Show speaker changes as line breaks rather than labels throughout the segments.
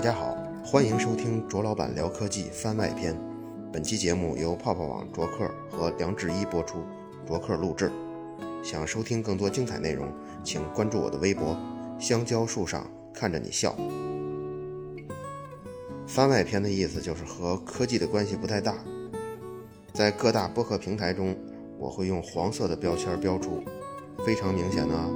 家好，欢迎收听卓老板聊科技番外篇。本期节目由泡泡网卓克和梁志一播出，卓克录制。想收听更多精彩内容，请关注我的微博“香蕉树上看着你笑”。番外篇的意思就是和科技的关系不太大。在各大播客平台中，我会用黄色的标签标注，非常明显的啊。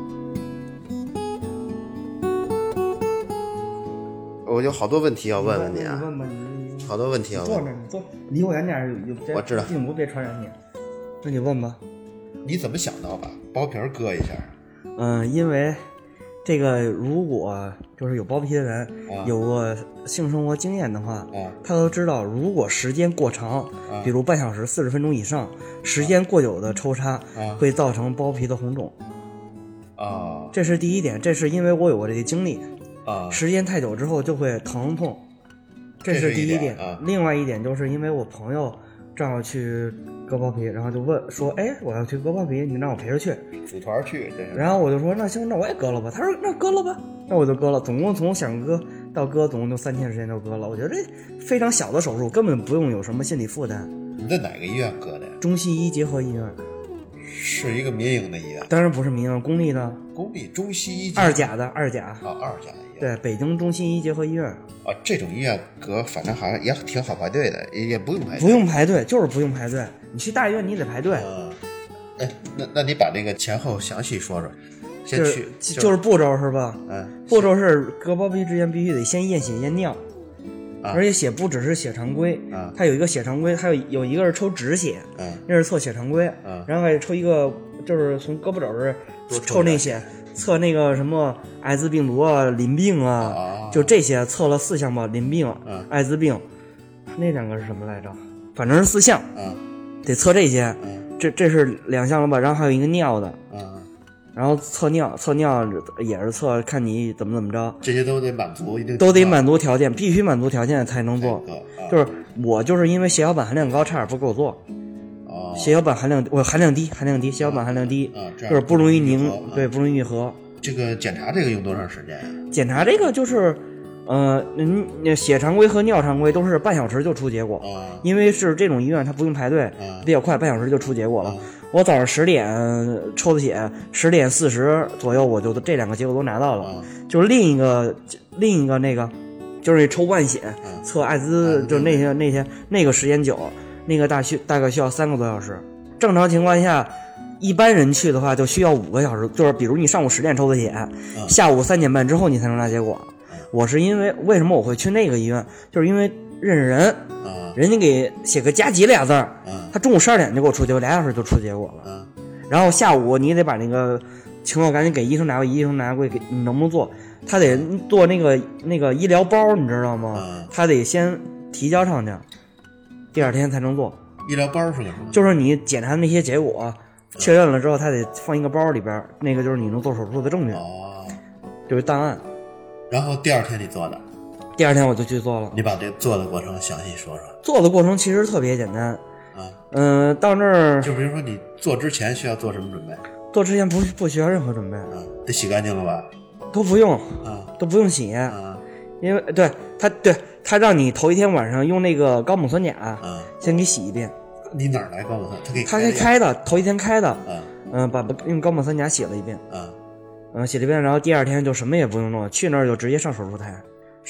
我有好多问题要问问你
你
啊，
嗯问吧，你你
好多问题要
坐
问
那，儿，你坐，离我远点儿，有别
我知道
进屋别传染你。那你问吧。
你怎么想到把包皮儿割一下？
嗯，因为这个，如果就是有包皮的人、
啊
有过性生活经验的话，
啊
他都知道，如果时间过长，
啊
比如半小时、四十分钟以上，时间过久的抽插、
啊
会造成包皮的红肿，
啊
这是第一点。这是因为我有过这个经历，
啊
时间太久之后就会疼痛，这
这是
是第
一
一
点啊
另外一点就是因为我朋友正好去割包皮，然后就问说：“哎，我要去割包皮，你让我陪着去。
组团去，这”是
然后我就说：“那行，那我也割了吧。”他说：“那割了吧。”那我就割了，总共从想割到割，总共就三天时间就割了。我觉得这非常小的手术，根本不用有什么心理负担。
你在哪个医院割的呀？
中西医结合医院，
是一个民营的医院，
当然不是民营，公立的
公立中西医结
二甲的二甲，
啊，二甲医院。
对，北京中西医结合医院。
啊，这种医院隔反正好像也挺好排队的，也也不用排
不
队。
用排队，就是不用排队。你去大医院你得排队，
呃，哎，那那你把那个前后详细说说，先
就是
去
就就是步骤是吧？
嗯
步骤是割包皮之前必须得先验血验尿，
啊
而且血不只是血常规，
啊
它有一个血常规，还有有一个是抽脂血，
嗯
那是测血常规，
啊
然后还抽一个就是从胳膊肘这儿
多抽
抽那血，测那个什么艾滋病毒啊、淋病啊，
啊，
就这些测了四项吧，淋病、
嗯
艾滋病，那两个是什么来着？反正是四项，
嗯
得测这些。
嗯
这这是两项了吧？然后还有一个尿的，
嗯，
然后测尿，测尿也是测看你怎么怎么着，
这些都得满足一定
都得满足条件，必须满足条件才能做。就是是我就是因为血小板含量高，差点不给我做。
啊
血小板含量我含量低，含量低，血小板含量低，
啊，这
就
样
是不容易
愈
凝
合，
对，
啊
不容易愈合。
这个检查这个用多长时间呀？
检查这个就是，呃，嗯，那血常规和尿常规都是半小时就出结果，
啊
因为是这种医院，它不用排队，
啊
比较快，半小时就出结果了
啊。
我早上十点抽的血，十点四十左右我就这两个结果都拿到了。
啊
就是另一个另一个那个，就是抽万血
嗯
测艾滋，就那些那些那个时间久，那个大需大概需要三个多小时。正常情况下，一般人去的话就需要五个小时，就是比如你上午十点抽的血，下午三点半之后你才能拿结果。我是因为为什么我会去那个医院，就是因为认识人，
啊
人家给写个加急俩字儿，
啊
他中午十二点就给我出结果，俩小时就出结果了。
啊
然后下午你得把那个情况赶紧给医生拿过去，医生拿过去给你能不能做？他得做那个那个医疗包，你知道吗？
啊！
他得先提交上去，第二天才能做。
医疗包是个什么？
就是你检查那些结果确认了之后，他得放一个包里边儿，那个就是你能做手术的证据，
哦，
就是档案。
然后第二天你做的，
第二天我就去做了，
你把这做的过程详细说说
做的过程其实特别简单。
啊。
嗯、到那儿
就比如说你做之前需要做什么准备啊？
做之前不不需要任何准备，
得洗干净了吧？
都不用，
啊
都不用洗。
啊
因为对他对他让你头一天晚上用那个高锰酸钾
啊！
先给洗一遍，
你哪儿来告诉他？他给
他给
开
开的，头一天开的，
啊
嗯、把用高锰酸钾洗了一遍，
啊！
嗯、洗了一遍，然后第二天就什么也不用弄，去那儿就直接上手术台，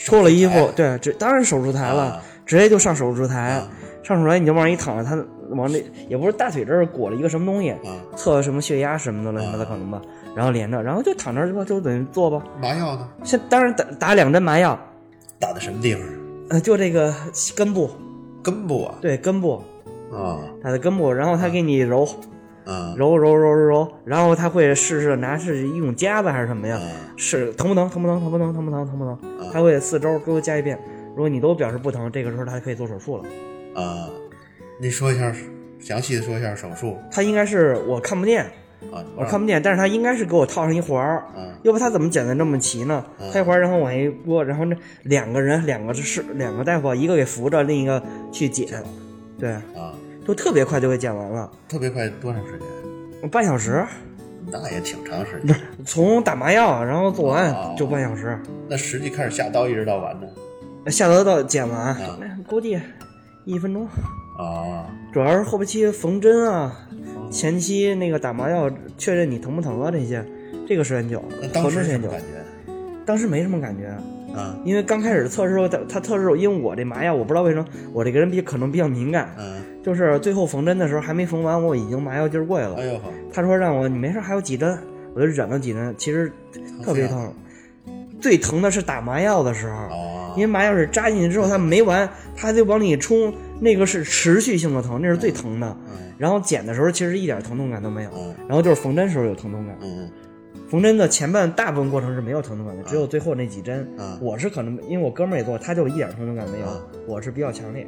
脱了衣服，对，这当然手术台了，
哎啊
直接就上手术台，
啊
上手术台你就往那一躺，他往那也不是大腿这儿裹了一个什么东西，
啊！
测什么血压什么的乱七八糟可能吧，然后连着，然后就躺那儿吧，就等于做吧，
麻药呢？
先当然打打两针麻药，
打的什么地方？啊
呃，就这个根部，
根部啊！
对根部。
啊
它的根部，然后他给你揉
啊
揉揉揉揉揉，然后他会试试拿是一种夹子还是什么呀？
啊！
是疼不疼？疼不疼？疼不疼？疼不疼？疼不疼
嗯？
他会四周给我夹一遍，如果你都表示不疼，这个时候他可以做手术了。
啊！你说一下，详细的说一下手术
他应该是我看不见，
啊！
我看不见，但是他应该是给我套上一环儿，
啊
要不他怎么剪得那么齐呢？
嗯
他一环儿，然后往一拨，然后那两个人，两个是两个大夫，啊一个给扶着，另一个去剪，对，
啊！
都特别快就给剪完了，
特别快，多长时间？
半小时。
那也挺长时间。
从打麻药，然后做完
哦
就半小时，
那实际开始下刀一直到完呢？
下头到剪完，
啊
那估计一分钟。
啊，
主要是后期缝针啊，前期那个打麻药确认你疼不疼啊这些，这个时间久
那，当
合
时
适时
什
间啊
么感
久。
觉？
当时没什么感觉，
嗯
因为刚开始测试时候，他他测试我，因为我这麻药我不知道为什么我这个人比可能比较敏感，
嗯，
就是最后缝针的时候还没缝完，我已经麻药劲儿过去了
哎。呦呵，
他说让我你没事还有几针，我就忍了几针，其实特别疼，最疼的是打麻药的时候，
啊，
因为麻药是扎进去之后它没完，它还得往里冲，那个是持续性的疼，那是最疼的。
嗯
然后剪的时候其实一点疼痛感都没有，
嗯
然后就是缝针时候有疼痛感，
嗯
缝针的前半大部分过程是没有疼痛感的，只有最后那几针。
嗯，
我是可能因为我哥们儿也做，他就一点疼痛感没有
啊，
我是比较强烈。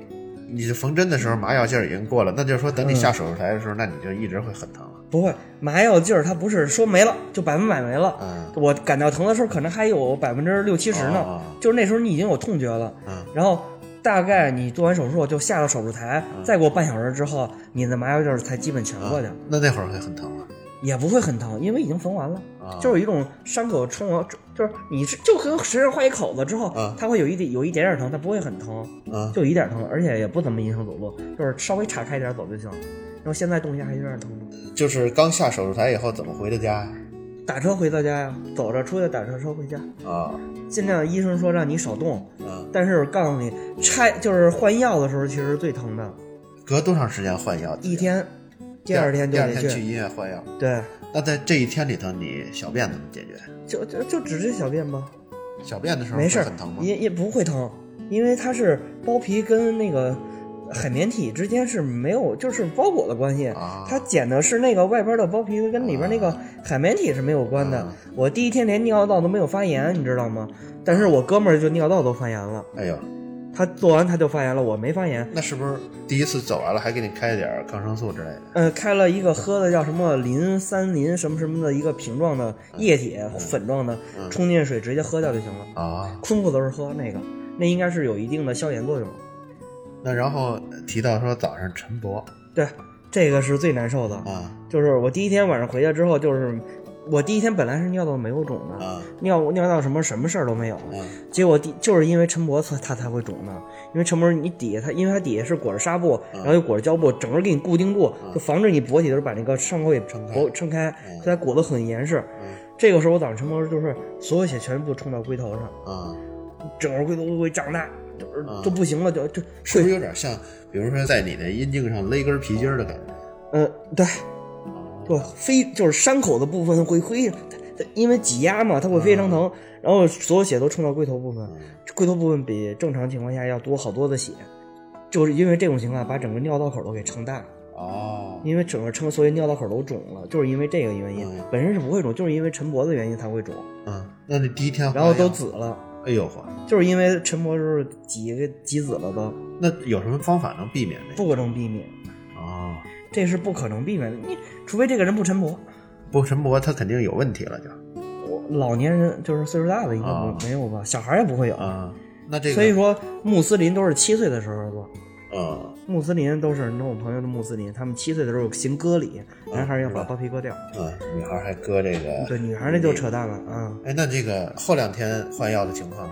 你缝针的时候麻药劲儿已经过了，那就是说
嗯
等你下手术台的时候，那你就一直会很疼了。
不会，麻药劲儿它不是说没了就百分百没了，
嗯
我感到疼的时候，可能还有百分之六七十呢，
哦
就是那时候你已经有痛觉了。
嗯
然后大概你做完手术就下了手术
啊
台，再过半小时之后，你的麻药劲儿才基本全过去，
嗯，那那会儿会很疼了。
也不会很疼，因为已经缝完了。
啊
就是有一种伤口冲完，就是你是就跟身上划一口子之后，
啊
它会有一点有一点点疼，它不会很疼，
嗯
就有一点疼，而且也不怎么影响走路，就是稍微岔开一点走就行。然后现在动一下还有点疼，
就是刚下手术台以后怎么回的家
打车回到家呀，走着出去打车车回家，
啊？
尽量医生说让你少动，
嗯，
但是我告诉你，拆就是换药的时候，其实最疼的，
隔多长时间换药？
一天，第
第
二天就
第二
得
天去
去。
医院换药。
对，
那在这一天里头，你小便怎么解决？
就就就只是小便吧，
小便的时候
没事
会
儿
很疼，吗？
也也不会疼，因为它是包皮跟那个海绵体之间是没有就是包裹的关系，
啊，
它剪的是那个外边的包皮跟里边那个海绵体是没有关的
啊。
我第一天连尿道都没有发炎，你知道吗？但是我哥们儿就尿道都发炎了，
哎呦，
他做完他就发炎了，我没发炎。
那是不是第一次走完了还给你开点儿抗生素之类的？
呃，开了一个喝的叫什么磷三磷什么什么的一个瓶状的液体、粉状的，冲进水直接喝掉就行了。
啊，
空腹的时候喝那个，那应该是有一定的消炎作用。
那然后提到说早上晨勃
对，这个是最难受的。
啊
就是我第一天晚上回家之后，就是我第一天本来是尿道没有肿的，
啊
尿尿道什么什么事儿都没有，
啊
结果第就是因为陈勃它它才会肿呢，因为陈勃你底下它，因为它底下是裹着纱布，然后又裹着胶布，整个给你固定住，就防止你勃起的时候把那个伤口给撑
开
勃撑开，所以它裹得很严实。这个时候我早上晨勃就是所有血全部冲到龟头上，
啊，
整个龟头都会胀大，就是都不行了，就就是
不是有点像，比如说在你的阴茎上勒根皮筋儿的感觉？
呃对，对非就是伤口的部分会非它它因为挤压嘛，它会非常疼，然后所有血都冲到龟头部分，龟头部分比正常情况下要多好多的血，就是因为这种情况把整个尿道口都给撑大，
哦，
因为整个撑，所以尿道口都肿了，就是因为这个原因，
嗯
本身是不会肿，就是因为晨勃的原因才会肿，
嗯，那你第一天换
然后都
药，
紫了，
哎呦嚯，
就是因为晨勃的时候挤给挤紫了都，
那有什么方法能避免这个？
不可能避免，
哦，
这是不可能避免的，你除非这个人不晨勃。
不晨勃它肯定有问题了就
我老年人就是岁数大的应该
啊
不没有吧，小孩也不会有。
啊，那这个
所以说，穆斯林都是七岁的时候做，
呃
穆斯林都是那我朋友的穆斯林，他们七岁的时候行割礼，男孩要把包皮割掉，
嗯，女孩还割这个，
对，女孩那就扯淡了啊、
哎，那这个后两天换药的情况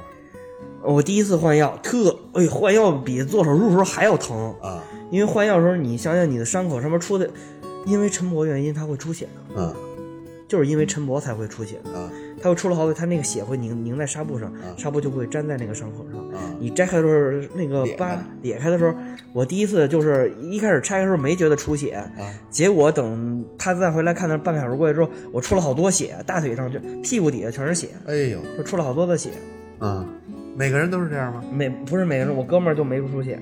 我第一次换药，特哎呦，换药比做手术时候还要疼，
啊，
因为换药的时候你想想你的伤口上面出的，因为晨勃原因它会出血的，
嗯
就是因为晨勃才会出血的，
啊
它会出了好多，它那个血会凝凝在纱布上，
嗯
纱布就会粘在那个伤口上。
啊
你摘开的时候，那个
裂
疤
开
裂开的时候，我第一次就是一开始拆开的时候没觉得出血，
啊
结果等他再回来看那半个小时过去之后，我出了好多血，大腿上就屁股底下全是血，
哎呦，
就出了好多的血。
嗯，每个人都是这样吗？
每不是每个人，我哥们儿就没出血。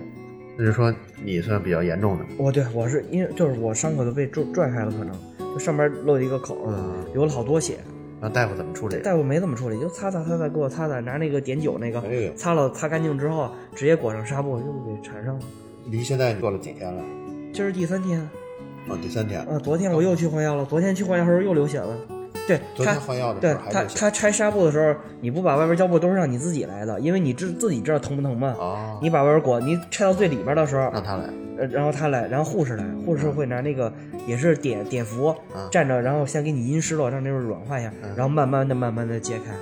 那就说你算比较严重的，
我对我是因为就是我伤口就被拽拽开了，可能就上边露一个口，
嗯
流了好多血。
那大夫怎么处理？
大夫没怎么处理，就擦擦擦擦，给我擦擦，拿那个碘酒那个
哎呦
擦了擦干净之后，直接裹上纱布就给缠上了。
离现在过了几天了？
今儿第三天。
哦，第三天。
啊，昨天我又去换药了，昨天去换药的时候又流血了。对
昨天
他，
换药的
对
时候还
他
流血
他拆纱布的时候，你不把外边胶布都是让你自己来的，因为你知自己知道疼不疼嘛。
哦，
你把外边裹，你拆到最里边的时候，
让他来
呃然后他来，然后护士来，护
嗯
士会拿那个也是碘
嗯
碘伏站着，然后先给你阴湿了，让那边软化一下，然后慢慢的、慢慢的揭开。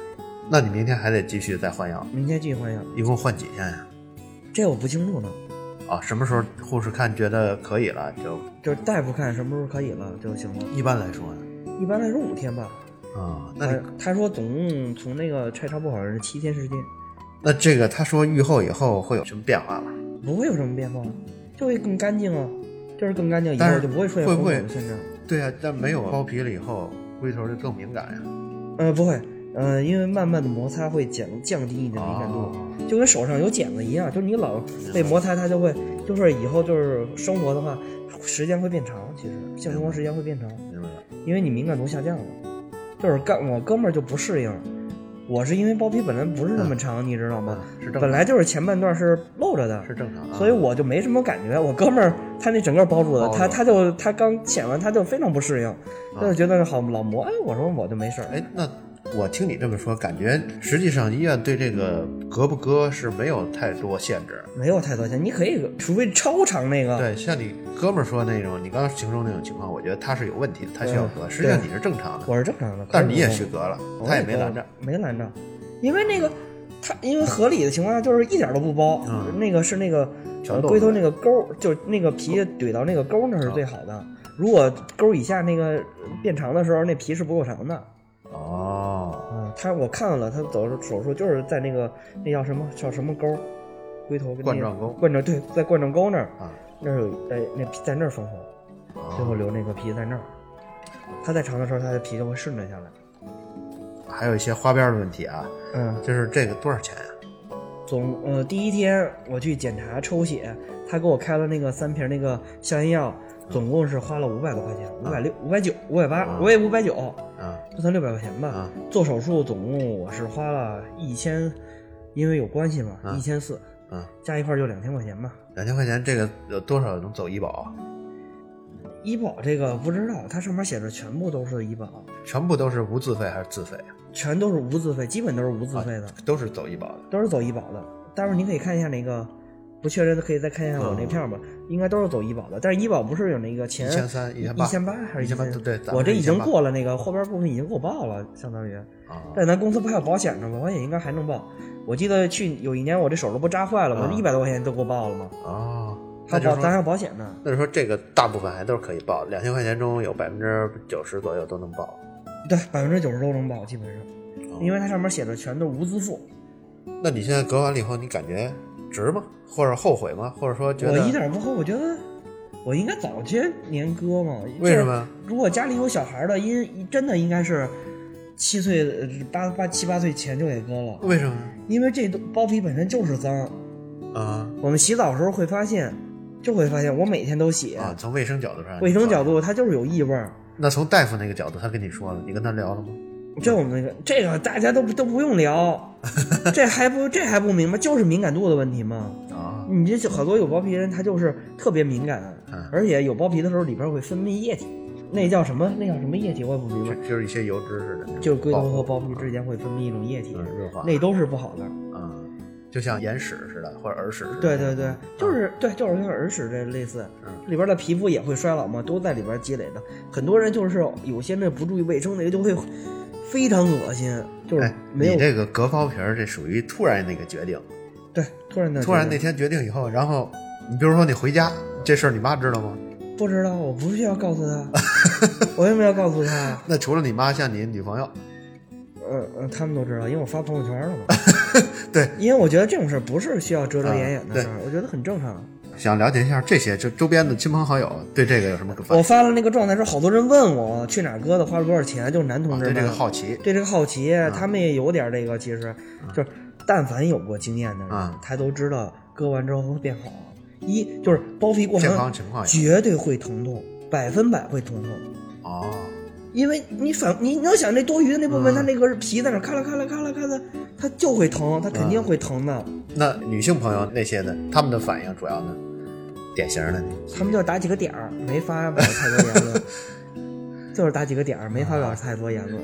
那你明天还得继续再换药，
明天继续换药，
一共换几天呀？
这我不清楚呢。
啊，什么时候护士看觉得可以了就
就是大夫看什么时候可以了就行了。
一般来说呀，
一般来说五天吧。
啊，那
他
你
他说总共从那个拆查部好像是七天时间，
那这个他说愈后以后会有什么变化吗？
不会有什么变化，就会更干净啊，就是更干净，以
但
后
是
就不会出现
会
红
不
肿
会
的现象。
对呀、但没有包皮了以后，龟头就更敏感呀。
呃，不会，呃，因为慢慢的摩擦会降降低你的敏感度，
哦
就跟手上有茧子一样，就是你老被摩擦，它就会，就是以后就是生活的话，时间会变长，其实性生活时间会变长，
明白了。
因为你敏感度下降了。就是干我哥们儿就不适应，我是因为包皮本来不是那么长，你知道吗？
嗯是正常
本来就是前半段是露着的，
是正常啊。
所以我就没什么感觉。我哥们儿他那整个包住的，
包住啊
他他就他刚剪完他就非常不适应，他就觉得好老磨。哎，我说我就没事儿。
哎，那我听你这么说，感觉实际上医院对这个割不割是没有太多限制。
没有太多钱，你可以，除非超长那个，
对，像你哥们儿说那种，你刚刚形容那种情况，我觉得他是有问题的，他需要割。
对
实际上你是正常的，
我是正常的。
但是你也
可以
去割了，
我
他也没拦着。，
没拦着，因为那个他因为合理的情况下就是一点儿都不包，
嗯
那个是那个
全
呃
露
龟头
出来
那个沟儿，就是那个皮怼到那个沟儿那是最好
啊
的。如果沟儿以下那个变长的时候，那皮是不够长的。
哦，
嗯，他我看了，他走手术就是在那个那叫什么叫什么沟儿，龟头跟那
冠状沟
冠状对，在冠状沟那儿
啊，
那儿有哎那皮在那儿缝合，最后
哦
留那个皮在那儿。他在长的时候，他的皮就会顺着下来。
还有一些花边儿的问题啊，
嗯，
就是这个多少钱呀、
总呃第一天我去检查抽血，他给我开了那个三瓶那个消炎药，总共是花了五百多块钱，五百六、五百九、五百八，我也五百九，
啊？
不算六百块钱吧。
啊
做手术总共我是花了一千，因为有关系嘛，
啊
一千四
啊，
加一块儿就两千块钱吧。
两千块钱，这个有多少能走医保啊？
医保这个不知道，它上面写着全部都是医保，
全部都是无自费还是自费啊？
全都是无自费，基本都是无自费的，
都是走医保的。
都是走医保的。待会儿您可以看一下那个，不确认的可以再看一下我那票吧，应该都是走医保的。但是医保不是有那个
嗯
前
一千三一千八
一千八还是
一千八对咱们
我这
是
已经
1800
过了那个后边部分已经给我报了，相当于。
啊，
但咱公司不还有保险呢吗？保险应该还能报。我记得去有一年我这手都不扎坏了吗？
啊
一百多块钱都给我报了吗？
哦，
还
那就
有保，
是
咱还有
说，
保险呢。
那就说这个大部分还都是可以报，两千块钱中有百分之九十左右都能报。
对，百分之九十都能报，基本上，因为它上面写着全都无自付。
那你现在割完了以后，你感觉值吗？或者后悔吗？或者说觉
我
得
一点不后，我觉得我应该早些年割嘛。
为什么？
如果家里有小孩的，因真的应该是七岁、呃八八七八岁前就给割了，
为什么
因为这都包皮本身就是脏。
啊
我们洗澡的时候会发现，就会发现我每天都洗，
啊？从卫生角度上，
卫生角，度它就是有异味儿。
那从大夫那个角度，他跟你说了，你跟他聊了吗？
这我们那个这个大家都不都不用 聊，这还不这还不明白，就是敏感度的问题嘛。
啊，
你这好多有包皮人，他就是特别敏感
嗯，
而且有包皮的时候里边会分泌液体，那叫什么？那叫什么液体？我也不明
就
白。
就是一些油脂似的，
就是龟头和包皮之间会分泌一种液体
嗯，润滑
那都是不好的。
啊，就像眼屎似的，或者耳屎似的。哎
对对
嗯
对，就是对，就是跟耳屎这类似，里边的皮肤也会衰老嘛，都在里边积累的。很多人就是有些那不注意卫生，那个就会非常恶心，就是
哎，
没有
你这个割包皮儿，这属于突然那个决定，
对突然的
突然那天决定以后，然后你比如说你回家这事儿，你妈知道吗？
不知道，我不需要告 诉他，我为什么要告诉他？
那除了你妈，像你女朋友，
嗯嗯，他们都知道，因为我发朋友圈了嘛。
对，
因为我觉得这种事儿不是需要遮遮掩掩
啊
的
对
事儿，我觉得很正常。
想了解一下这些，就周边的亲朋好友对这个有什么反
我
应？
发了那个状态之后，好多人问我去哪儿割的，花了多少钱，就是男同
啊
志
对
们
这个好啊奇，
对这个好奇，他们也有点这个，其实就是但凡有过经验的人，
啊
他都知道割完之后会变好。一就是包皮过
健康
长
情况也
绝对会疼痛，百分百会疼痛。
哦，
因为你反你你要想那多余的那部
嗯
分，它那个皮在那儿咔啦咔啦咔啦咔啦，它就会疼，它肯定
啊
会疼的。
那女性朋友那些呢？他们的反应主要呢？典型的呢？
他们就打几个点儿，没发表太多言论， 就是打几个点儿，没发表太多言论，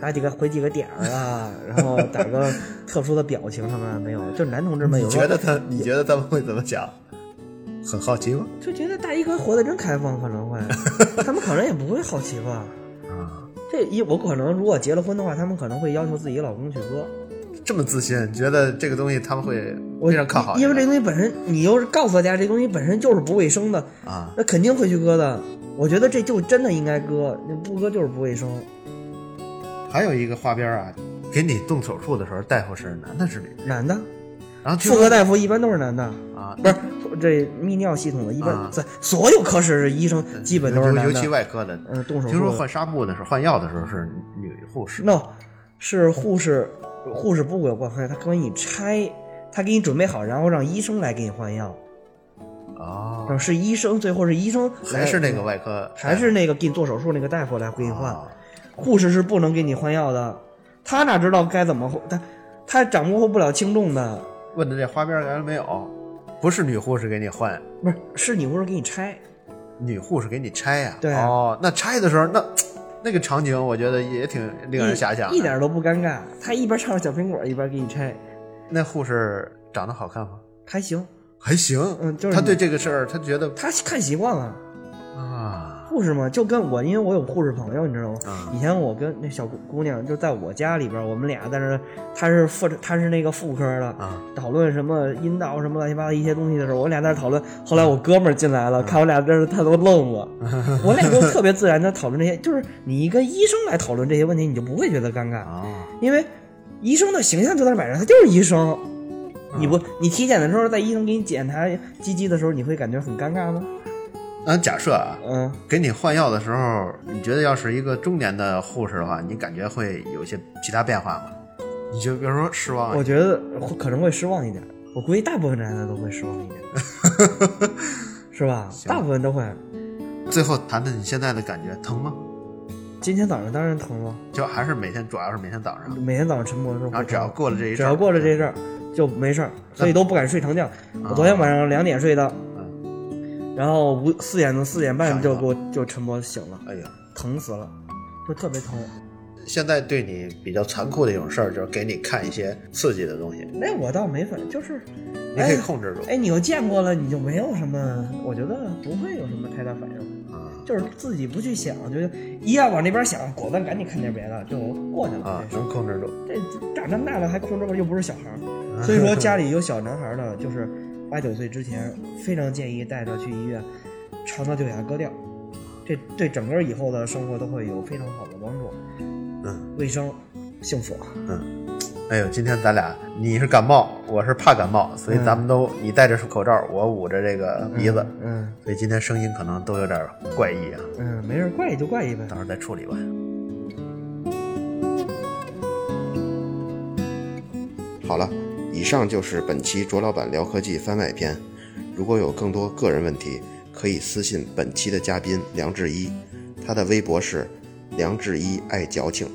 打几个回几个点儿啊，然后打个特殊的表情什么的没有，就是男同志们
你
有时候
觉得他？你觉得他们会怎么想？很好奇吗？
就觉得大衣哥活得真开放，可能会，他们可能也不会好奇吧。
啊，
这一我可能如果结了婚的话，他们可能会要求自己老公去割。
这么自信，觉得这个东西他们会
我
非常看好你
因
的，
为这东西本身，你又是告诉大家这东西本身就是不卫生的，
啊，
那肯定会去割的。我觉得这就真的应该割，你不割就是不卫生。
还有一个花边儿啊，给你动手术的时候，大夫是男的是女的？
男的，
然后据
妇
说
科大夫一般都是男的，
啊，
不是这泌尿系统的，一
啊
般在所有科室医生基本都是
尤
男
尤其
的。
外科的，
嗯，动手
听说
术
换
的
纱布的时候，换药的时候是女护士，
no 是护士，护士不给我换药，他给你拆，他给你准备好，然后让医生来给你换药。啊
哦，
是医生，最后是医生来
还是那个外科，哎
还是那个给你做手术那个大夫来给你换，
哦
护士是不能给你换药的，他哪知道该怎么换他他掌握不了轻重的，
问的这花边儿原来没有，不是女护士给你换，
不是是你护士给你拆，
女护士给你拆呀、
对啊
哦，那拆的时候，那那个场景我觉得也挺令人遐想
一一点。都不尴尬，他一边唱着小苹果一边给你拆，
那护士长得好看吗？
还行，
还行，
嗯就是
他对这个事儿，他觉得
他看习惯了。
啊，
护士嘛，就跟我，因为我有护士朋友，你知道吗？
嗯
以前我跟那小姑姑娘就在我家里边，我们俩在那儿，她是妇，她是那个妇科的，
啊
讨论什么阴道什么乱七八糟一些东西的时候，我俩在那儿讨论。后来我哥们儿进来了，看我俩在这，他都愣了。我俩就特别自然的讨论这些，就是你跟医生来讨论这些问题，你就不会觉得尴尬，
啊，
因为医生的形象就在那儿摆着，他就是医生。你不，你体检的时候，在医生给你检查鸡鸡的时候，你会感觉很尴尬吗？
那假设啊，
嗯，
给你换药的时候，你觉得要是一个中年的护士的话，你感觉会有些其他变化吗？你就比如说失望
我觉得会可能会失望一点，我估计大部分男的都会失望 一点，是吧？大部分都会。
最后谈谈你现在的感觉，疼吗？
今天早上当然疼了，
就还是每天，主要是每天早上，
每天早上晨勃的时候
然
会
后只要
疼，
过了这一，嗯
只要过了这，阵儿就没事儿，所以都不敢睡长觉。我昨天晚上两点睡的，
啊嗯，
然后五四点的四点半就
上一
给我就晨勃醒了，
哎呀，
疼死了，就特别疼。
现在对你比较残酷的一种事儿，就是给你看一些刺激的东西，
那我倒没反，就是
你可
哎
以控制住。
哎，你又见过了，你就没有什么，我觉得不会有什么太大反应。
啊
就是自己不去想，就是一要往那边想，果断赶紧看点别的，就过去了。
啊，
这事
能控制住。
这长这么大了还控制不了，又不是小孩儿。所以说家里有小男孩儿的，就是八九岁之前，非常建议带着去医院，肠道就给他割掉，这对整个以后的生活都会有非常好的帮助，
嗯
卫生、幸福。啊
嗯。哎呦，今天咱俩你是感冒，我是怕感冒，所以咱们都、你戴着口罩，我捂着这个鼻子，
嗯
所以今天声音可能都有点怪异啊，
嗯，没事儿，怪就怪一呗
到。时候再处理吧。
好了，以上就是本期卓老板聊科技番外篇。如果有更多个人问题，可以私信本期的嘉宾梁志一，他的微博是梁志一爱矫情。